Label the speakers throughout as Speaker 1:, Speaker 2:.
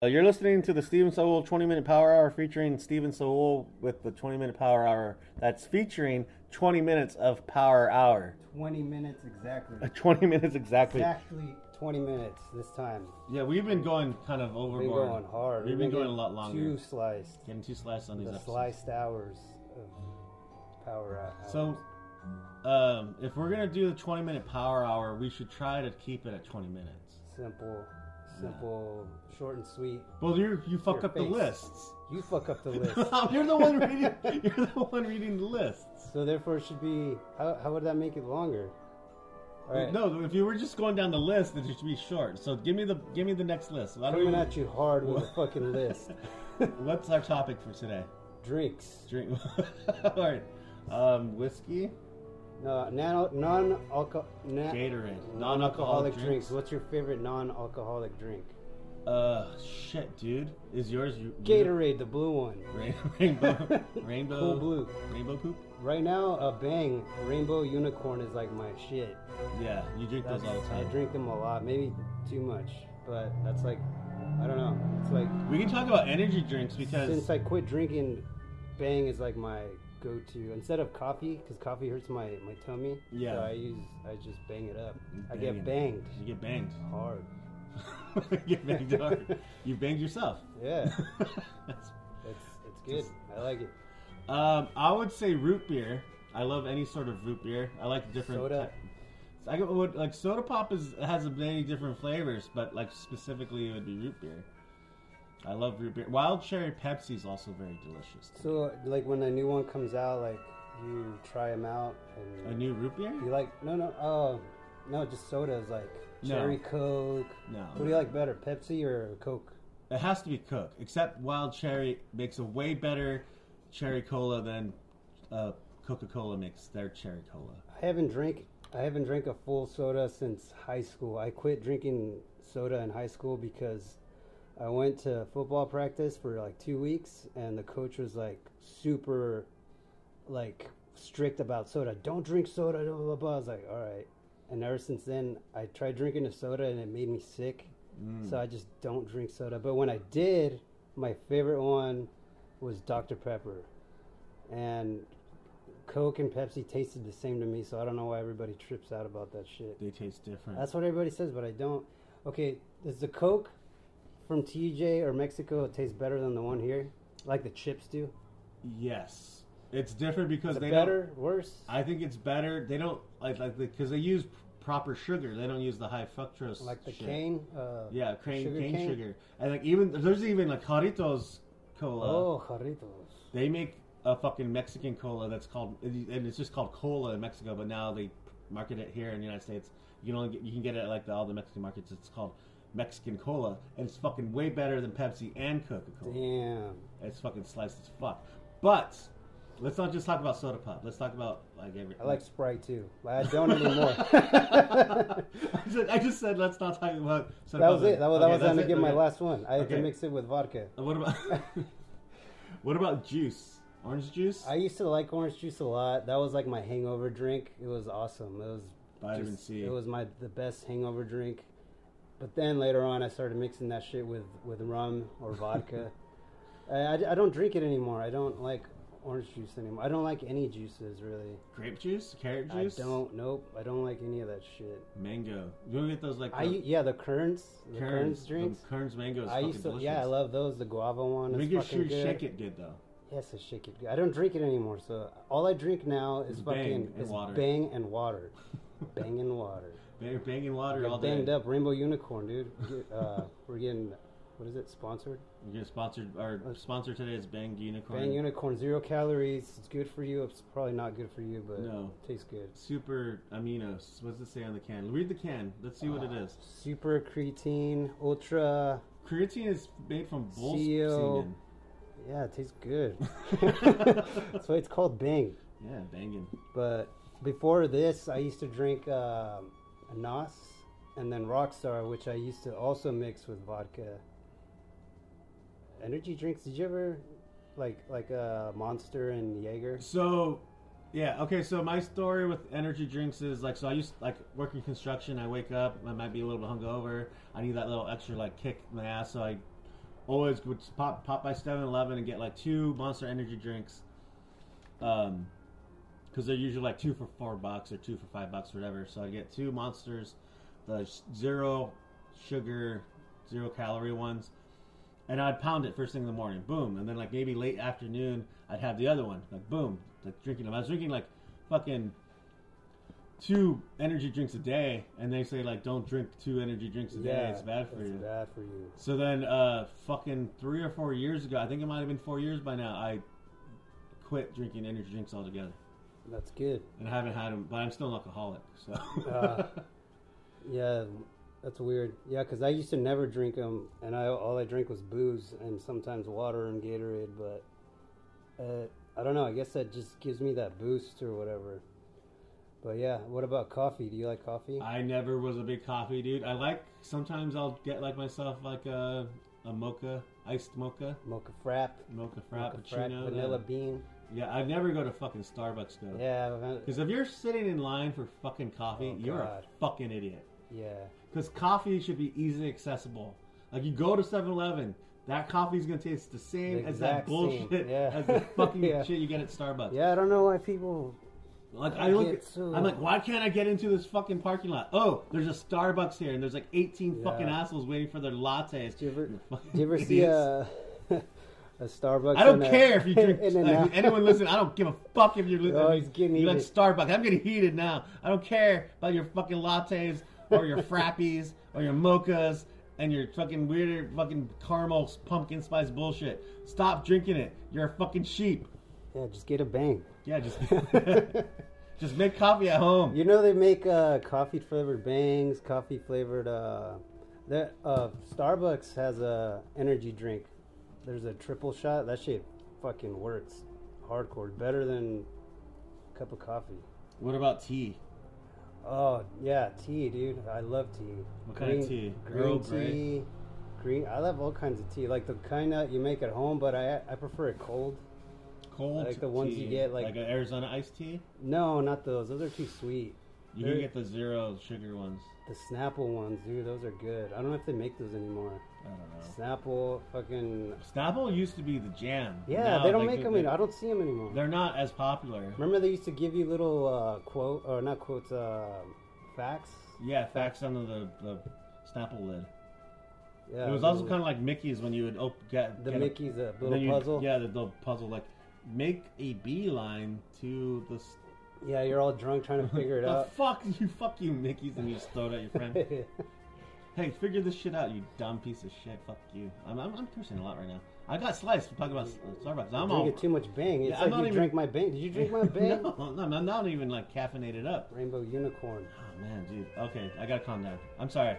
Speaker 1: Uh, you're listening to the Steven Sowell 20 Minute Power Hour featuring Steven Sowell with the 20 Minute Power Hour. That's featuring 20 minutes of Power Hour.
Speaker 2: 20 minutes exactly.
Speaker 1: Uh, 20 minutes exactly.
Speaker 2: Exactly 20 minutes this time.
Speaker 1: Yeah, we've been going kind of
Speaker 2: We've been
Speaker 1: overboard.
Speaker 2: going hard.
Speaker 1: We've been going a lot
Speaker 2: getting
Speaker 1: longer.
Speaker 2: Too sliced.
Speaker 1: Getting two sliced on these
Speaker 2: The
Speaker 1: episodes.
Speaker 2: sliced hours of power out.
Speaker 1: So, um, if we're gonna do the 20 minute Power Hour, we should try to keep it at 20 minutes.
Speaker 2: simple, simple, short and sweet.
Speaker 1: Well, you you fuck
Speaker 2: Your
Speaker 1: up the
Speaker 2: face.
Speaker 1: lists.
Speaker 2: You fuck up the list.
Speaker 1: you're the one reading. You're the one reading the lists.
Speaker 2: so therefore, it should be. How, how would that make it longer? All right.
Speaker 1: No, if you were just going down the list, it should be short. So give me the give me the next list. I don't
Speaker 2: Coming
Speaker 1: even,
Speaker 2: at you hard with a fucking list.
Speaker 1: what's our topic for today?
Speaker 2: Drinks.
Speaker 1: Drink. All right. Um, whiskey,
Speaker 2: No, nano, non-alco- na-
Speaker 1: Gatorade,
Speaker 2: non-alcoholic
Speaker 1: non-alcoholic
Speaker 2: drinks.
Speaker 1: drinks.
Speaker 2: What's your favorite non-alcoholic drink?
Speaker 1: Uh, shit, dude, is yours you-
Speaker 2: Gatorade, the blue one.
Speaker 1: Rain, rainbow, rainbow,
Speaker 2: Cool blue.
Speaker 1: rainbow poop.
Speaker 2: Right now, a bang rainbow unicorn is like my shit.
Speaker 1: Yeah, you drink
Speaker 2: That's,
Speaker 1: those all the
Speaker 2: I
Speaker 1: time.
Speaker 2: drink them a lot, maybe too much, but that's like, I don't know. It's like
Speaker 1: We can talk about energy drinks because
Speaker 2: since I quit drinking, bang is like my go-to instead of coffee because coffee hurts my my tummy.
Speaker 1: Yeah.
Speaker 2: So I use I just bang it up.
Speaker 1: You
Speaker 2: I
Speaker 1: bang it.
Speaker 2: get banged
Speaker 1: you get banged.
Speaker 2: hard.
Speaker 1: you get banged hard. You banged yourself.
Speaker 2: Yeah,
Speaker 1: That's-
Speaker 2: it's it's good. I like it.
Speaker 1: um, I would say root beer. I love any sort of root beer. I like different.
Speaker 2: Soda.
Speaker 1: Type. I go- would like soda pop is has many different flavors, but like specifically it would be root beer. I love root beer. Wild cherry Pepsi is also very delicious. to me.
Speaker 2: So like when a new one comes out, like you try them out and
Speaker 1: A new root beer?
Speaker 2: You like no no oh no just sodas like
Speaker 1: No.
Speaker 2: cherry coke.
Speaker 1: No.
Speaker 2: What do you like better, Pepsi or Coke?
Speaker 1: It has to be Coke, except Wild Cherry makes a way better cherry cola than uh, Coca Cola makes their cherry cola.
Speaker 2: I haven't drank I haven't drank a full soda since high school. I quit drinking soda in high school because I went to football practice for like two weeks and the coach was like super like strict about soda. Don't drink soda, blah blah blah. I was like, all right. And ever since then, I tried drinking a soda and it made me sick.
Speaker 1: Mm. Hmm.
Speaker 2: So I just don't drink soda. But when I did, my favorite one was Dr. Pepper. And Coke and Pepsi tasted the same to me, so I don't know why everybody trips out about that shit.
Speaker 1: They taste different.
Speaker 2: That's what everybody says, but I don't. Okay, does the Coke from TJ or Mexico taste better than the one here? Like the chips do?
Speaker 1: yes, it's different because
Speaker 2: Is it
Speaker 1: they
Speaker 2: better?
Speaker 1: don't.
Speaker 2: Worse?
Speaker 1: I think it's better. They don't like like because they use proper sugar. They don't use the high fructose.
Speaker 2: like the
Speaker 1: shit.
Speaker 2: cane? Uh,
Speaker 1: Yeah, crane,
Speaker 2: sugar
Speaker 1: cane,
Speaker 2: cane?
Speaker 1: sugar, and like even there's even like Jaritos cola.
Speaker 2: Oh, jarritos.
Speaker 1: They make a fucking Mexican cola that's called, and it's just called cola in Mexico. But now they market it here in the United States. You can only get, you can get it at like the, all the Mexican markets. It's called Mexican cola, and it's fucking way better than Pepsi and Coca Cola.
Speaker 2: Damn.
Speaker 1: It's fucking sliced as fuck. But let's not just talk about soda pop. Let's talk about like every.
Speaker 2: I like Sprite too. I don't anymore.
Speaker 1: I, just, I just said let's not talk about soda
Speaker 2: That
Speaker 1: pop.
Speaker 2: was it. That was,
Speaker 1: Okay,
Speaker 2: that was
Speaker 1: that's
Speaker 2: going to
Speaker 1: it?
Speaker 2: get my
Speaker 1: Okay.
Speaker 2: last one. I had to
Speaker 1: Okay.
Speaker 2: mix it with vodka.
Speaker 1: Uh, What about what about juice? Orange juice?
Speaker 2: I used to like orange juice a lot. That was like my hangover drink. It was awesome. It was
Speaker 1: Vitamin C.
Speaker 2: It was my the best hangover drink. But then later on, I started mixing that shit with with rum or vodka. I, I, I don't drink it anymore. I don't like orange juice anymore. I don't like any juices really.
Speaker 1: Grape juice? Carrot juice?
Speaker 2: I don't. Nope. I don't like any of that shit.
Speaker 1: Mango. You want to get those like
Speaker 2: I
Speaker 1: the
Speaker 2: u- yeah the Kerns the
Speaker 1: Kerns-
Speaker 2: Kerns,
Speaker 1: the
Speaker 2: drinks.
Speaker 1: Kerns mango Oh, is
Speaker 2: I
Speaker 1: fucking
Speaker 2: used to
Speaker 1: delicious.
Speaker 2: yeah I love those. The guava one is
Speaker 1: Make your
Speaker 2: fucking
Speaker 1: sure you
Speaker 2: good.
Speaker 1: shake it good though.
Speaker 2: Yes, I shake it. I don't drink it anymore, so all I drink now is
Speaker 1: It's Bang
Speaker 2: fucking
Speaker 1: and
Speaker 2: is
Speaker 1: water.
Speaker 2: bang and water, bang and water.
Speaker 1: Bang, banging water all
Speaker 2: Got
Speaker 1: day.
Speaker 2: banged up, Rainbow Unicorn, dude. Get, uh, we're getting what is it? Sponsored?
Speaker 1: We're gonna sponsor our sponsor today is Bang Unicorn.
Speaker 2: Bang Unicorn, zero calories. It's good for you. It's probably not good for you, but
Speaker 1: No.
Speaker 2: it tastes good.
Speaker 1: Super aminos. What's it say on the can? Read the can. Let's see what
Speaker 2: Uh,
Speaker 1: it is.
Speaker 2: Super creatine, ultra.
Speaker 1: Creatine is made from bull's
Speaker 2: CO.
Speaker 1: semen.
Speaker 2: Yeah, it tastes good. That's why it's called Bang.
Speaker 1: Yeah, banging.
Speaker 2: But before this, I used to drink uh, Nos and then Rockstar, which I used to also mix with vodka. Energy drinks? Did you ever like like uh, Monster and Jaeger?
Speaker 1: So, yeah, okay. So my story with energy drinks is like, so I used like work in construction. I wake up, I might be a little bit hungover. I need that little extra like kick in the ass, so I always would pop pop by 7-Eleven and get like two Monster Energy drinks, um, because they're usually like two for four bucks or two for five bucks, whatever. So I get two monsters, the sh- zero sugar, zero calorie ones, and I'd pound it first thing in the morning, boom, and then like maybe late afternoon I'd have the other one, like boom, like drinking them. I was drinking like fucking two energy drinks a day, and they say like don't drink two energy drinks a day, it's bad for
Speaker 2: it's
Speaker 1: you.
Speaker 2: bad for you.
Speaker 1: So then, uh, fucking three or four years ago, I think it might have been four years by now, I quit drinking energy drinks altogether,
Speaker 2: That's good.
Speaker 1: and I haven't had them. But I'm still an alcoholic, so
Speaker 2: Ah. Yeah, that's weird. Yeah, because I used to never drink them, and I all I drank was booze and sometimes water and Gatorade. But uh, I don't know. I guess that just gives me that boost or whatever. But yeah, what about coffee? Do you like coffee?
Speaker 1: I never was a big coffee dude. I like sometimes I'll get like myself like a a mocha, iced mocha,
Speaker 2: Mocha frap,
Speaker 1: mocha
Speaker 2: mocha frap,
Speaker 1: frappuccino,
Speaker 2: vanilla bean.
Speaker 1: Yeah, I never go to fucking Starbucks though.
Speaker 2: Yeah, van-
Speaker 1: Because if you're sitting in line for fucking coffee,
Speaker 2: Oh,
Speaker 1: you're
Speaker 2: God.
Speaker 1: a fucking idiot.
Speaker 2: yeah.
Speaker 1: Because coffee should be easily accessible. Like you go to 7 Eleven, that coffee's gonna taste the same
Speaker 2: The
Speaker 1: as that
Speaker 2: exact same,
Speaker 1: bullshit
Speaker 2: yeah.
Speaker 1: as the fucking
Speaker 2: Yeah.
Speaker 1: shit you get at Starbucks.
Speaker 2: Yeah, I don't know why people.
Speaker 1: Like
Speaker 2: I
Speaker 1: I look,
Speaker 2: get so-
Speaker 1: I'm like, why can't I get into this fucking parking lot? Oh, there's a Starbucks here, and there's like 18
Speaker 2: Yeah.
Speaker 1: fucking assholes waiting for their lattes.
Speaker 2: Do you ever, do
Speaker 1: Fucking
Speaker 2: you ever see
Speaker 1: idiots.
Speaker 2: a, a Starbucks?
Speaker 1: I don't
Speaker 2: in a-
Speaker 1: care if you drink.
Speaker 2: in an
Speaker 1: like,
Speaker 2: hour?
Speaker 1: anyone listen, I don't give a fuck if you're listening.
Speaker 2: Oh, he's getting
Speaker 1: you like
Speaker 2: heated.
Speaker 1: Starbucks. I'm getting heated now. I don't care about your fucking lattes or your frappies or your mochas and your fucking weird fucking caramel s- pumpkin spice bullshit. Stop drinking it. You're a fucking sheep.
Speaker 2: Yeah, just get a bang.
Speaker 1: Yeah, just just make coffee at home.
Speaker 2: You know they make uh, coffee flavored bangs, coffee flavored. Uh, that uh, Starbucks has a energy drink. There's a triple shot. That shit fucking works, hardcore. Better than a cup of coffee.
Speaker 1: What about tea?
Speaker 2: Oh yeah, tea, dude. I love tea.
Speaker 1: What kind of tea?
Speaker 2: Green
Speaker 1: Earl
Speaker 2: tea.
Speaker 1: Grey?
Speaker 2: Green. I love all kinds of tea, like the kind that you make at home, but I I prefer it cold.
Speaker 1: Cold
Speaker 2: Like the ones
Speaker 1: tea.
Speaker 2: you get, like-
Speaker 1: an Arizona iced tea.
Speaker 2: No, not those. Those are too sweet.
Speaker 1: You can
Speaker 2: They're-
Speaker 1: get the zero sugar ones.
Speaker 2: The Snapple ones, dude. Those are good. I don't know if they make those anymore.
Speaker 1: I don't know.
Speaker 2: Snapple, fucking
Speaker 1: Snapple used to be the jam.
Speaker 2: yeah.
Speaker 1: Now,
Speaker 2: they don't
Speaker 1: like,
Speaker 2: make them
Speaker 1: they-
Speaker 2: anymore. I don't see them anymore.
Speaker 1: They're not as popular.
Speaker 2: Remember they used to give you little uh, quote or not quotes, uh, facts.
Speaker 1: Yeah, facts under the, the Snapple lid.
Speaker 2: Yeah,
Speaker 1: it was also kind of like Mickey's when you would op- get
Speaker 2: the
Speaker 1: get a-
Speaker 2: Mickey's uh,
Speaker 1: then
Speaker 2: little
Speaker 1: you'd-
Speaker 2: puzzle.
Speaker 1: Yeah, the, the puzzle like make a beeline to the. s-
Speaker 2: Yeah, you're all drunk trying to figure it
Speaker 1: the
Speaker 2: out.
Speaker 1: fuck you, fuck you, Mickey's, and you just throw it at your friend. hey, figure this shit out, you dumb piece of shit. Fuck you. I'm I'm, I'm cursing a lot right now. I got sliced. We're talking about S- Starbucks. I'm all.
Speaker 2: drinking too much bang. It's
Speaker 1: Yeah, I'm
Speaker 2: like
Speaker 1: not
Speaker 2: you
Speaker 1: even-
Speaker 2: drank my bang. Did you drink my bang?
Speaker 1: no, I'm I'm not even like caffeinated up.
Speaker 2: Rainbow unicorn,
Speaker 1: Oh man, dude. Okay, I gotta calm down. I'm sorry.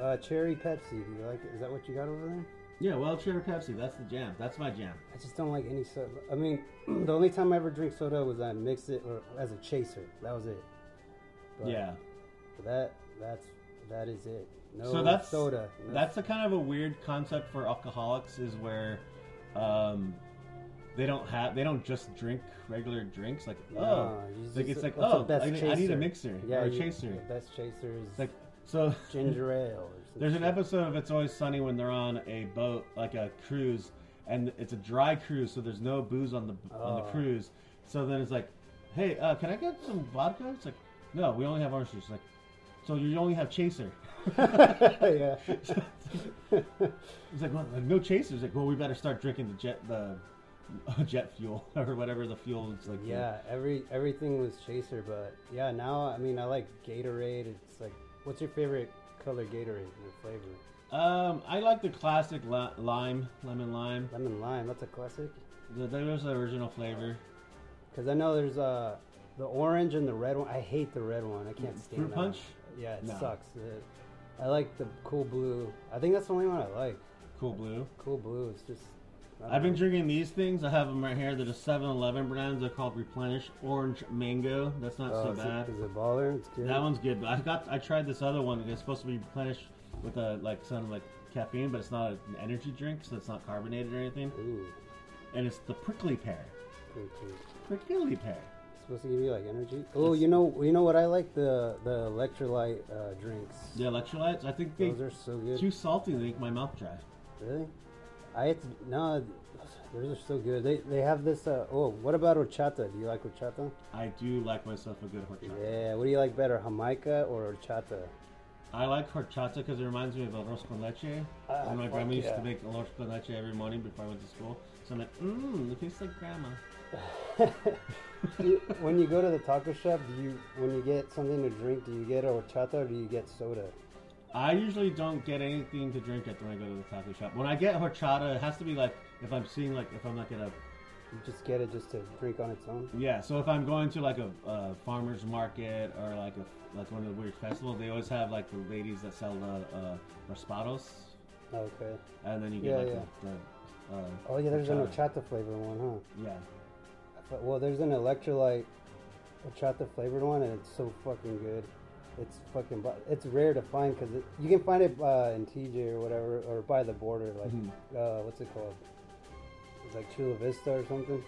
Speaker 2: uh, cherry Pepsi. Do you like it? Is that what you got over there?
Speaker 1: Yeah, well, cherry Pepsi. That's the jam. That's my jam.
Speaker 2: I just don't like any soda. I mean, the only time I ever drink soda was I mixed it or as a chaser. That was it. But
Speaker 1: Yeah.
Speaker 2: That that's that is it. No
Speaker 1: so that's
Speaker 2: soda. No-
Speaker 1: That's a kind of a weird concept for alcoholics is where um, they don't have they don't just drink regular drinks like
Speaker 2: no,
Speaker 1: oh
Speaker 2: you
Speaker 1: it's like
Speaker 2: just-
Speaker 1: it's like
Speaker 2: what's the
Speaker 1: oh
Speaker 2: best
Speaker 1: I, need, I need
Speaker 2: chaser?
Speaker 1: a mixer
Speaker 2: Yeah,
Speaker 1: or a
Speaker 2: you-
Speaker 1: chaser.
Speaker 2: The best chaser is
Speaker 1: It's like so
Speaker 2: ginger ale. Or some
Speaker 1: There's an
Speaker 2: shit.
Speaker 1: episode of It's Always Sunny when they're on a boat, like a cruise, and it's a dry cruise, so there's no booze on the on the
Speaker 2: Oh.
Speaker 1: cruise. So then it's like, hey, uh, can I get some vodka? It's like, no, we only have orange juice. It's like, so you only have chaser. it's like, well, like, no chaser. It's like, well, we better start drinking the jet the jet fuel or whatever the fuel is like.
Speaker 2: yeah. Yeah. Every everything was chaser, but yeah. Now I mean, I like Gatorade. It's like, what's your favorite color Gatorade? Your flavor?
Speaker 1: Um, I like the classic li- lime, lemon lime.
Speaker 2: Lemon lime. That's a classic.
Speaker 1: The, that was the original flavor.
Speaker 2: Because I know there's uh, the orange and the red one. I hate the red one. I can't stand
Speaker 1: Mm-hmm. Fruit
Speaker 2: that one.
Speaker 1: punch?
Speaker 2: Yeah, it
Speaker 1: No.
Speaker 2: sucks. It- I like the cool blue. I think that's the only one I like.
Speaker 1: Cool blue.
Speaker 2: Cool blue is just. I don't
Speaker 1: I've been
Speaker 2: know.
Speaker 1: drinking these things. I have them right here. They're the 7-Eleven brands. They're called Replenish Orange Mango. That's not
Speaker 2: Oh,
Speaker 1: so
Speaker 2: is it-
Speaker 1: bad.
Speaker 2: Is it baller? It's good.
Speaker 1: that one's good. But I got I tried this other one. It's supposed to be replenished with a like some like caffeine, but it's not an energy drink, so it's not carbonated or anything.
Speaker 2: Ooh,
Speaker 1: And it's the prickly pear.
Speaker 2: pretty cool.
Speaker 1: Prickly pear.
Speaker 2: It's supposed to give you like energy. Oh, you know, you know what I like the the electrolyte uh, drinks.
Speaker 1: The electrolytes. I think they
Speaker 2: Those are so good.
Speaker 1: too salty. They make my mouth dry.
Speaker 2: Really? I had to, no, those are so good. They they have this. Uh, oh, what about horchata? Do you like horchata?
Speaker 1: I do like myself a good horchata.
Speaker 2: Yeah. What do you like better, jamaica or horchata?
Speaker 1: I like horchata because it reminds me of arroz con leche.
Speaker 2: Ah,
Speaker 1: and my
Speaker 2: fuck
Speaker 1: grandma used
Speaker 2: yeah.
Speaker 1: to make arroz con leche every morning before I went to school. So I'm like, mmm, it tastes like grandma.
Speaker 2: Do you- when you go to the taco shop, do you when you get something to drink, do you get a horchata or do you get soda?
Speaker 1: I usually don't get anything to drink at when I go to the taco shop. When I get horchata, it has to be like if I'm seeing like if I'm like at a
Speaker 2: You just get it just to drink on its own.
Speaker 1: yeah. So if I'm going to like a, a farmers market or like a like one of the weird festivals, they always have like the ladies that sell the uh, raspados,
Speaker 2: Okay.
Speaker 1: and then you get
Speaker 2: Yeah,
Speaker 1: like
Speaker 2: yeah.
Speaker 1: the, the uh,
Speaker 2: Oh yeah, there's an
Speaker 1: horchata.
Speaker 2: horchata flavor one, huh?
Speaker 1: Yeah,
Speaker 2: But, well, there's an electrolyte horchata flavored one, and it's so fucking good. It's fucking. bu- It's rare to find because you can find it uh, in TJ or whatever, or by the border. Like,
Speaker 1: Mhm.
Speaker 2: uh, what's it called? It's like Chula Vista or something.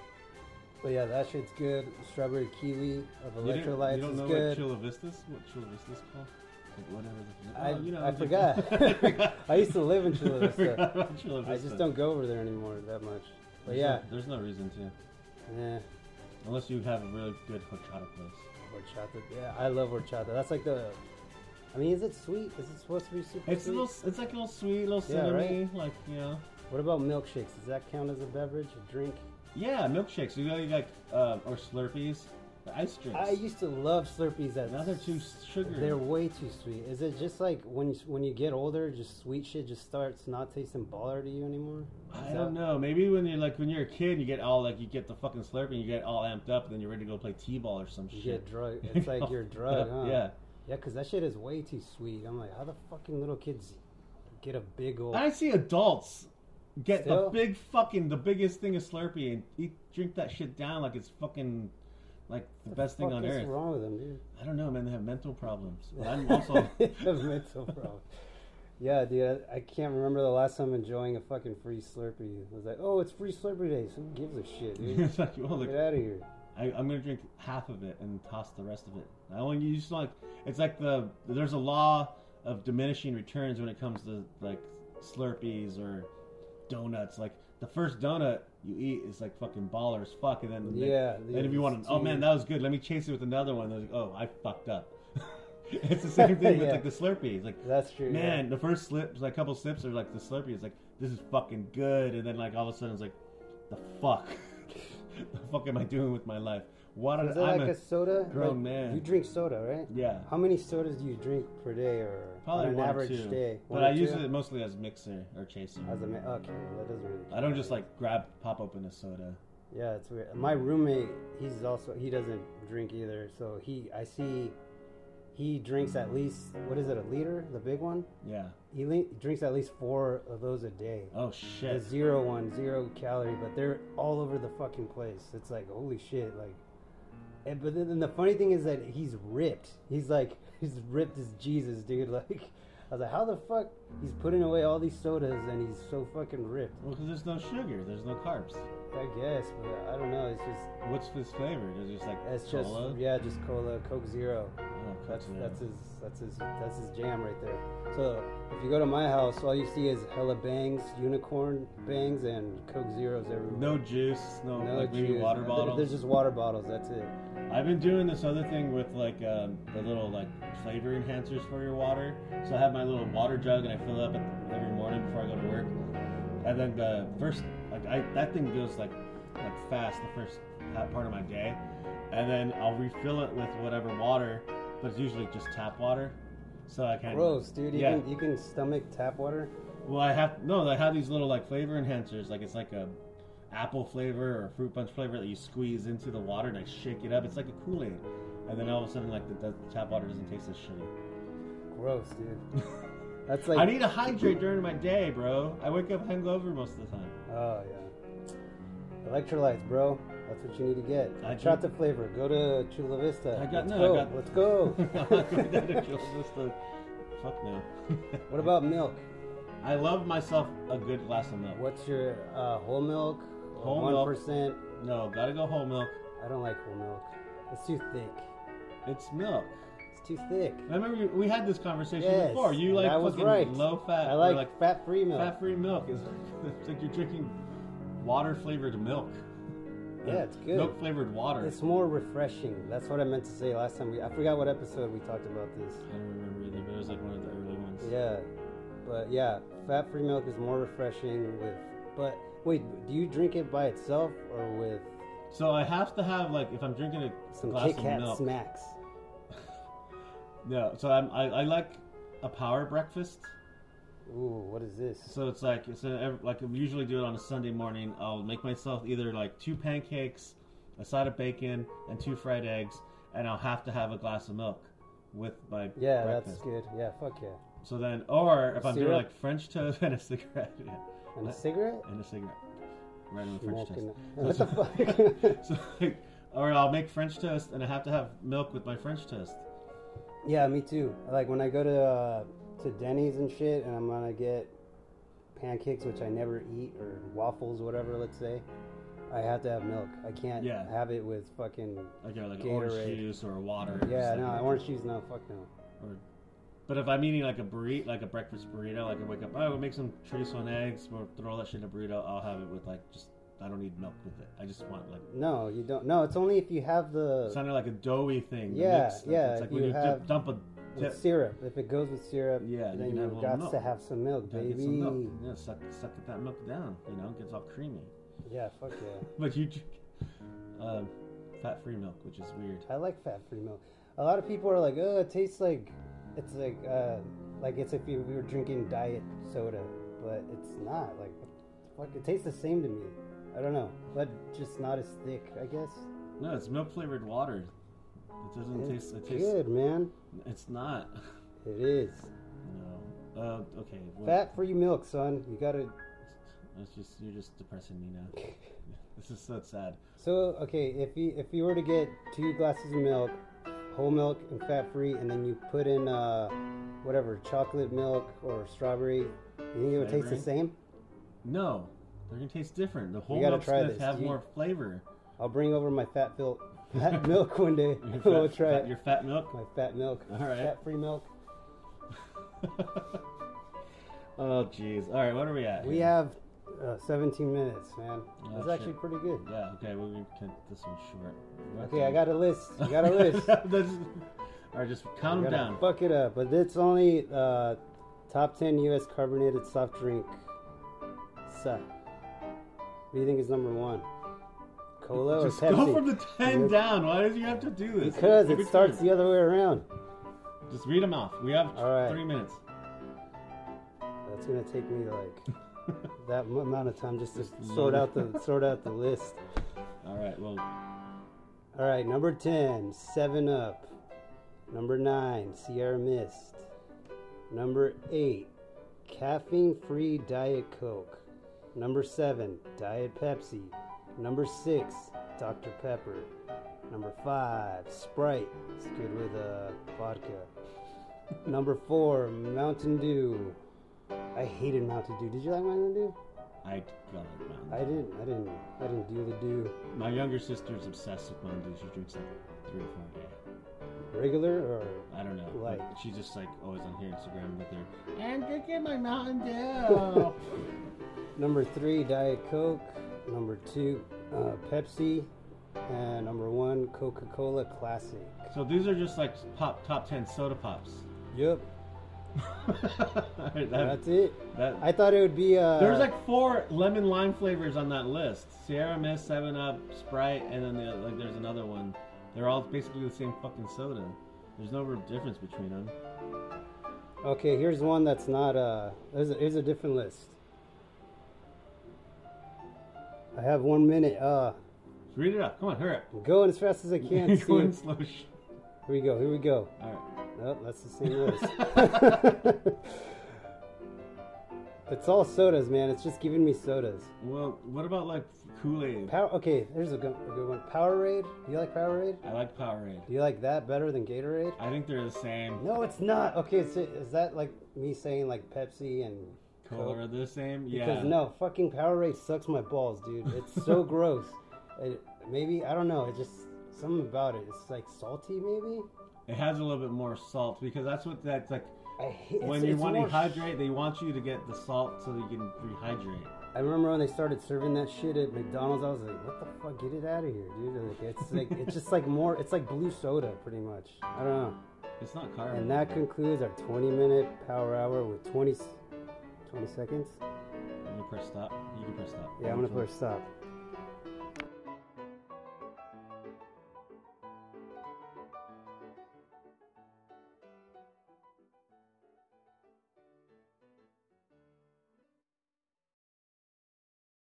Speaker 2: But yeah, that shit's good. Strawberry kiwi of
Speaker 1: you didn't-
Speaker 2: electrolytes
Speaker 1: You don't
Speaker 2: is
Speaker 1: know
Speaker 2: good.
Speaker 1: what Chula Vista's what Chula Vista's called? Like whatever. The,
Speaker 2: I,
Speaker 1: Oh, you know,
Speaker 2: I
Speaker 1: it's like-
Speaker 2: forgot. I used to live in Chula
Speaker 1: I
Speaker 2: Vista.
Speaker 1: forgot about Chula Vista.
Speaker 2: I just don't go over there anymore that much. But
Speaker 1: There's
Speaker 2: yeah,
Speaker 1: no- there's no reason to,
Speaker 2: yeah.
Speaker 1: unless you have a really good horchata place.
Speaker 2: Horchata. Yeah, I love horchata. That's like the. I mean, is it sweet? Is it supposed to be super
Speaker 1: It's a
Speaker 2: sweet?
Speaker 1: little, it's like a little sweet, little
Speaker 2: Yeah,
Speaker 1: cinnamon, like you know.
Speaker 2: What about milkshakes? Does that count as a beverage, a drink?
Speaker 1: Yeah, milkshakes. You know, you like uh, or Slurpees, the ice drinks.
Speaker 2: I used to love Slurpees. That
Speaker 1: now they're too sugary.
Speaker 2: They're way too sweet. Is it just like when you, when you get older, just sweet shit just starts not tasting baller to you anymore? Is
Speaker 1: I
Speaker 2: that-
Speaker 1: don't know. Maybe when you're like when you're a kid, you get all like you get the fucking Slurpee, and you get all amped up, and then you're ready to go play t-ball or some
Speaker 2: You
Speaker 1: shit.
Speaker 2: get drug. It's like you're drug, huh?
Speaker 1: Yeah.
Speaker 2: Yeah, because that shit is way too sweet. I'm like, how the fucking little kids get a big old.
Speaker 1: And I see adults get the
Speaker 2: Still?
Speaker 1: big fucking the biggest thing of Slurpee and eat drink that shit down like it's fucking like the best thing
Speaker 2: Fuck
Speaker 1: on
Speaker 2: is
Speaker 1: earth.
Speaker 2: wrong with them, dude?
Speaker 1: I don't know, man. They have mental problems. But I'm also
Speaker 2: A mental problem. Yeah, dude, I, I can't remember the last time enjoying a fucking free Slurpee. I was like, oh, it's free Slurpee day. So who gives a shit, dude?
Speaker 1: it's like, well,
Speaker 2: Get
Speaker 1: the
Speaker 2: out of here.
Speaker 1: I, I'm gonna drink half of it and toss the rest of it. I only you just like it's like the there's a law of diminishing returns when it comes to like Slurpees or donuts. Like the first donut you eat is like fucking baller as fuck, and then
Speaker 2: Yeah,
Speaker 1: Then, then if you
Speaker 2: it's
Speaker 1: want, to, oh
Speaker 2: too-
Speaker 1: man, that was good. Let me chase it with another one. They're Like, oh, I fucked up. it's the same thing with
Speaker 2: Yeah.
Speaker 1: like the Slurpees. Like
Speaker 2: That's true. yeah.
Speaker 1: man, the first slips, like couple sips, are like the Slurpee. It's like this is fucking good, and then like all of a sudden it's like, the fuck, the fuck am I doing with my life? What
Speaker 2: Is
Speaker 1: did
Speaker 2: that
Speaker 1: I'm
Speaker 2: like
Speaker 1: a-
Speaker 2: a soda?
Speaker 1: grown
Speaker 2: Like,
Speaker 1: man.
Speaker 2: You drink soda, right?
Speaker 1: yeah,
Speaker 2: How many sodas do you drink per day or
Speaker 1: probably
Speaker 2: on an
Speaker 1: one or
Speaker 2: average
Speaker 1: two.
Speaker 2: day?
Speaker 1: But
Speaker 2: One or
Speaker 1: I use
Speaker 2: two?
Speaker 1: it mostly as mixer or chaser.
Speaker 2: As a ma- okay, that doesn't really.
Speaker 1: I don't just like grab pop open a soda.
Speaker 2: Yeah, it's weird. My roommate, he's also he doesn't drink either. So he, I see, he drinks at least what is it, a liter, the big one?
Speaker 1: Yeah.
Speaker 2: He le- drinks at least four of those a day.
Speaker 1: Oh
Speaker 2: The
Speaker 1: shit.
Speaker 2: zero one, zero calorie, but they're all over the fucking place. It's like holy shit, like. And but then then the funny thing is that he's ripped. He's like he's ripped as Jesus, dude. Like I was like, how the fuck he's putting away all these sodas and he's so fucking ripped.
Speaker 1: Well, because there's no sugar, there's no carbs.
Speaker 2: I guess, but I don't know. It's just
Speaker 1: What's his flavor? There's just like
Speaker 2: It's just
Speaker 1: cola.
Speaker 2: yeah, just cola, Coke Zero.
Speaker 1: Oh, Coke
Speaker 2: That's
Speaker 1: Zero.
Speaker 2: that's his that's his that's his jam right there. So if you go to my house, all you see is hella bangs, unicorn bangs, and Coke Zeros everywhere.
Speaker 1: no juice, no, like maybe
Speaker 2: juice.
Speaker 1: water
Speaker 2: There-
Speaker 1: bottle.
Speaker 2: There's just water bottles. That's it.
Speaker 1: I've been doing this other thing with like um, the little like flavor enhancers for your water. So I have my little water jug and I fill it up at- every morning before I go to work. And then the first like I that thing goes like like fast the first ha- part of my day, and then I'll refill it with whatever water, but it's usually just tap water. So I can't.
Speaker 2: Gross, dude. You
Speaker 1: yeah.
Speaker 2: can you can stomach tap water.
Speaker 1: Well, I have no. I have these little like flavor enhancers. Like it's like a apple flavor or fruit punch flavor that you squeeze into the water and I shake it up. It's like a Kool Aid, and then all of a sudden, like the, the tap water doesn't taste as shitty.
Speaker 2: Gross, dude. That's like
Speaker 1: I need to hydrate during my day, bro. I wake up hungover most of the time.
Speaker 2: oh yeah, electrolytes, bro. That's what you need to get.
Speaker 1: I
Speaker 2: Shot
Speaker 1: do-
Speaker 2: the flavor. Go to Chula Vista.
Speaker 1: I got
Speaker 2: Let's
Speaker 1: no.
Speaker 2: Go.
Speaker 1: I got.
Speaker 2: Let's
Speaker 1: I'm
Speaker 2: go.
Speaker 1: not going down to Chula Vista. Fuck no.
Speaker 2: what about milk?
Speaker 1: I love myself a good glass of milk.
Speaker 2: What's your uh, whole milk?
Speaker 1: Whole
Speaker 2: One
Speaker 1: milk.
Speaker 2: percent.
Speaker 1: No, gotta go whole milk.
Speaker 2: I don't like whole milk. It's too thick.
Speaker 1: It's milk.
Speaker 2: It's too thick.
Speaker 1: I remember you- we had this conversation
Speaker 2: Yes,
Speaker 1: before. You
Speaker 2: and
Speaker 1: like
Speaker 2: I was
Speaker 1: fucking
Speaker 2: right.
Speaker 1: low fat.
Speaker 2: I
Speaker 1: or,
Speaker 2: like, fat free milk.
Speaker 1: fat free milk. Is it's like you're drinking water flavored milk.
Speaker 2: Yeah, it's good.
Speaker 1: Milk flavored water.
Speaker 2: It's more refreshing. That's what I meant to say last time. We I forgot what episode we talked about this.
Speaker 1: I don't remember either, but it was like one of the early ones.
Speaker 2: Yeah, but yeah, fat-free milk is more refreshing with. But wait, do you drink it by itself or with
Speaker 1: So I have to have like if I'm drinking a
Speaker 2: some
Speaker 1: glass
Speaker 2: Kit
Speaker 1: of
Speaker 2: Kat
Speaker 1: milk.
Speaker 2: snacks?
Speaker 1: No, so I'm, I I like a power breakfast.
Speaker 2: Ooh, what is this?
Speaker 1: So it's like it's a, like I usually do it on a Sunday morning. I'll make myself either like two pancakes, a side of bacon, and two fried eggs, and I'll have to have a glass of milk with my
Speaker 2: Yeah,
Speaker 1: breakfast.
Speaker 2: that's good. Yeah, fuck yeah.
Speaker 1: So then, or if I'm doing
Speaker 2: Syrup?
Speaker 1: like French toast and a cigarette, yeah,
Speaker 2: And a
Speaker 1: Let-
Speaker 2: cigarette?
Speaker 1: and a cigarette, right on the French
Speaker 2: Smoking.
Speaker 1: toast.
Speaker 2: What the fuck?
Speaker 1: So like, or I'll make French toast and I have to have milk with my French toast.
Speaker 2: yeah, me too. Like when I go to uh, to Denny's and shit, and I'm gonna get pancakes, which I never eat, or waffles, whatever. Let's say, I have to have milk. I can't
Speaker 1: Yeah.
Speaker 2: have it with fucking.
Speaker 1: Like you know, like orange
Speaker 2: Gatorade.
Speaker 1: juice or water. or
Speaker 2: Yeah,
Speaker 1: something.
Speaker 2: no, orange juice, no, fuck no.
Speaker 1: Or, but if I'm eating like a burrito, like a breakfast burrito, like I wake up, oh, we'll make some chorizo and eggs, we'll throw all that shit in a burrito. I'll have it with like just, I don't need milk with it. I just want like,
Speaker 2: No, you don't. No, it's only if you have
Speaker 1: it's
Speaker 2: the
Speaker 1: kind of like a doughy thing. the
Speaker 2: Yeah,
Speaker 1: mix, like,
Speaker 2: yeah,
Speaker 1: It's like
Speaker 2: if
Speaker 1: when
Speaker 2: you
Speaker 1: you,
Speaker 2: have-
Speaker 1: dip, dump a
Speaker 2: with
Speaker 1: tip,
Speaker 2: syrup. If it goes with syrup,
Speaker 1: Yeah, you can
Speaker 2: then
Speaker 1: have a
Speaker 2: you
Speaker 1: little
Speaker 2: got
Speaker 1: milk.
Speaker 2: to have some milk,
Speaker 1: gotta
Speaker 2: baby.
Speaker 1: get some milk. Yeah, suck, suck that milk down. You know, it gets all creamy.
Speaker 2: Yeah, fuck yeah.
Speaker 1: But you drink um, fat-free milk, which is weird.
Speaker 2: I like fat-free milk. A lot of people are like, "Oh, it tastes like it's like uh, like it's if you we were drinking diet soda," but it's not. Like, what the fuck, it tastes the same to me. I don't know, but just not as thick, I guess.
Speaker 1: No, it's milk-flavored water. It doesn't
Speaker 2: It's
Speaker 1: taste. It tastes.
Speaker 2: good, man.
Speaker 1: It's not.
Speaker 2: It is
Speaker 1: No. Uh, okay. Well,
Speaker 2: fat-free milk, son. You gotta
Speaker 1: It's just you're just depressing me now. this is so sad.
Speaker 2: So okay, if you if you were to get two glasses of milk, whole milk and fat free, and then you put in uh, whatever chocolate milk or strawberry, you think it would taste the
Speaker 1: Flavoring?
Speaker 2: same?
Speaker 1: No, they're gonna taste different. The whole
Speaker 2: gotta
Speaker 1: milk's
Speaker 2: try
Speaker 1: gonna
Speaker 2: this.
Speaker 1: have
Speaker 2: You-
Speaker 1: more flavor.
Speaker 2: I'll bring over my fat fil- fat milk one day.
Speaker 1: Your
Speaker 2: we'll
Speaker 1: fat-
Speaker 2: try
Speaker 1: fat-
Speaker 2: it.
Speaker 1: Your fat milk.
Speaker 2: My fat milk,
Speaker 1: All right.
Speaker 2: fat free milk.
Speaker 1: oh jeez. All right, what are we at?
Speaker 2: We
Speaker 1: here?
Speaker 2: have uh, 17 minutes, man.
Speaker 1: Oh,
Speaker 2: That's
Speaker 1: shit.
Speaker 2: actually pretty good.
Speaker 1: Yeah. Okay, we're gonna cut this one short. We're
Speaker 2: Okay,
Speaker 1: at
Speaker 2: I
Speaker 1: the-
Speaker 2: got a list. I got a list.
Speaker 1: That's- all right, just
Speaker 2: We
Speaker 1: calm
Speaker 2: gotta
Speaker 1: down.
Speaker 2: Fuck it up. But it's only uh, top 10 U.S. carbonated soft drink. So, what do you think is number one? Cola
Speaker 1: Just
Speaker 2: or Pepsi?
Speaker 1: go from the 10
Speaker 2: Yeah.
Speaker 1: down. Why does you have to do this?
Speaker 2: because
Speaker 1: Every
Speaker 2: it starts
Speaker 1: time.
Speaker 2: the other way around.
Speaker 1: Just read them off. We have
Speaker 2: All right.
Speaker 1: three minutes.
Speaker 2: That's gonna take me like that m- amount of time just to
Speaker 1: Just load
Speaker 2: sort
Speaker 1: it.
Speaker 2: out the sort out the list.
Speaker 1: All right, well,
Speaker 2: All right, number 10, 7 Up. Number 9, Sierra Mist. Number 8, caffeine free Diet Coke. Number 7, Diet Pepsi. Number 6, Dr. Pepper. Number 5, Sprite. It's good with uh, vodka. Number 4, Mountain Dew. I hated Mountain Dew. Did you like Mountain Dew?
Speaker 1: I got it, man.
Speaker 2: I didn't. I didn't. I didn't do the dew.
Speaker 1: My younger sister's obsessed with Mountain Dew. She drinks like three or four a day.
Speaker 2: Regular or
Speaker 1: I don't know.
Speaker 2: Like-
Speaker 1: Like she's just like always on here Instagram with her. I'm drinking my Mountain Dew.
Speaker 2: Number three, Diet Coke. Number two, uh, Pepsi. And number one, Coca Cola Classic.
Speaker 1: so these are just like pop top ten soda pops.
Speaker 2: Yep,
Speaker 1: All right, that,
Speaker 2: that's it.
Speaker 1: that,
Speaker 2: I thought it would be. Uh,
Speaker 1: there's like four lemon lime flavors on that list: Sierra Mist, Seven Up, Sprite, and then the, like there's another one. They're all basically the same fucking soda. There's no real difference between them.
Speaker 2: Okay, here's one that's not. Uh, there's a, here's a different list. I have one minute. Uh,
Speaker 1: Read it up. Come on, hurry up.
Speaker 2: I'm going as fast as I can.
Speaker 1: You're
Speaker 2: Steve.
Speaker 1: going
Speaker 2: Here
Speaker 1: slow. sh-
Speaker 2: we go. Here we go.
Speaker 1: All right.
Speaker 2: Nope, that's the same list. it's all sodas, man. It's just giving me sodas.
Speaker 1: Well, what about like Kool Aid?
Speaker 2: Power. Okay, there's a good, a good one. Powerade. Do you like Powerade?
Speaker 1: I like Powerade.
Speaker 2: Do you like that better than Gatorade?
Speaker 1: I think they're the same.
Speaker 2: No, it's not. Okay, is, it, is that like me saying like Pepsi and
Speaker 1: Cola
Speaker 2: Coke?
Speaker 1: are the same. Yeah.
Speaker 2: Because no, fucking Powerade sucks my balls, dude. It's so gross. It, maybe I don't know. It just something about it. It's like salty, maybe.
Speaker 1: It has a little bit more salt because that's what that's like.
Speaker 2: I hate
Speaker 1: When
Speaker 2: it's,
Speaker 1: you
Speaker 2: it's
Speaker 1: want
Speaker 2: more-
Speaker 1: to hydrate, they want you to get the salt so you can rehydrate.
Speaker 2: I remember when they started serving that shit at McDonald's. I was like, "What the fuck? Get it out of here, dude!" Like, it's like it's just like more. It's like blue soda, pretty much. I don't know.
Speaker 1: It's not carb.
Speaker 2: And that concludes our 20-minute power hour with 20, 20 seconds.
Speaker 1: I'm gonna press stop. You can press stop.
Speaker 2: Yeah, I'm gonna push stop.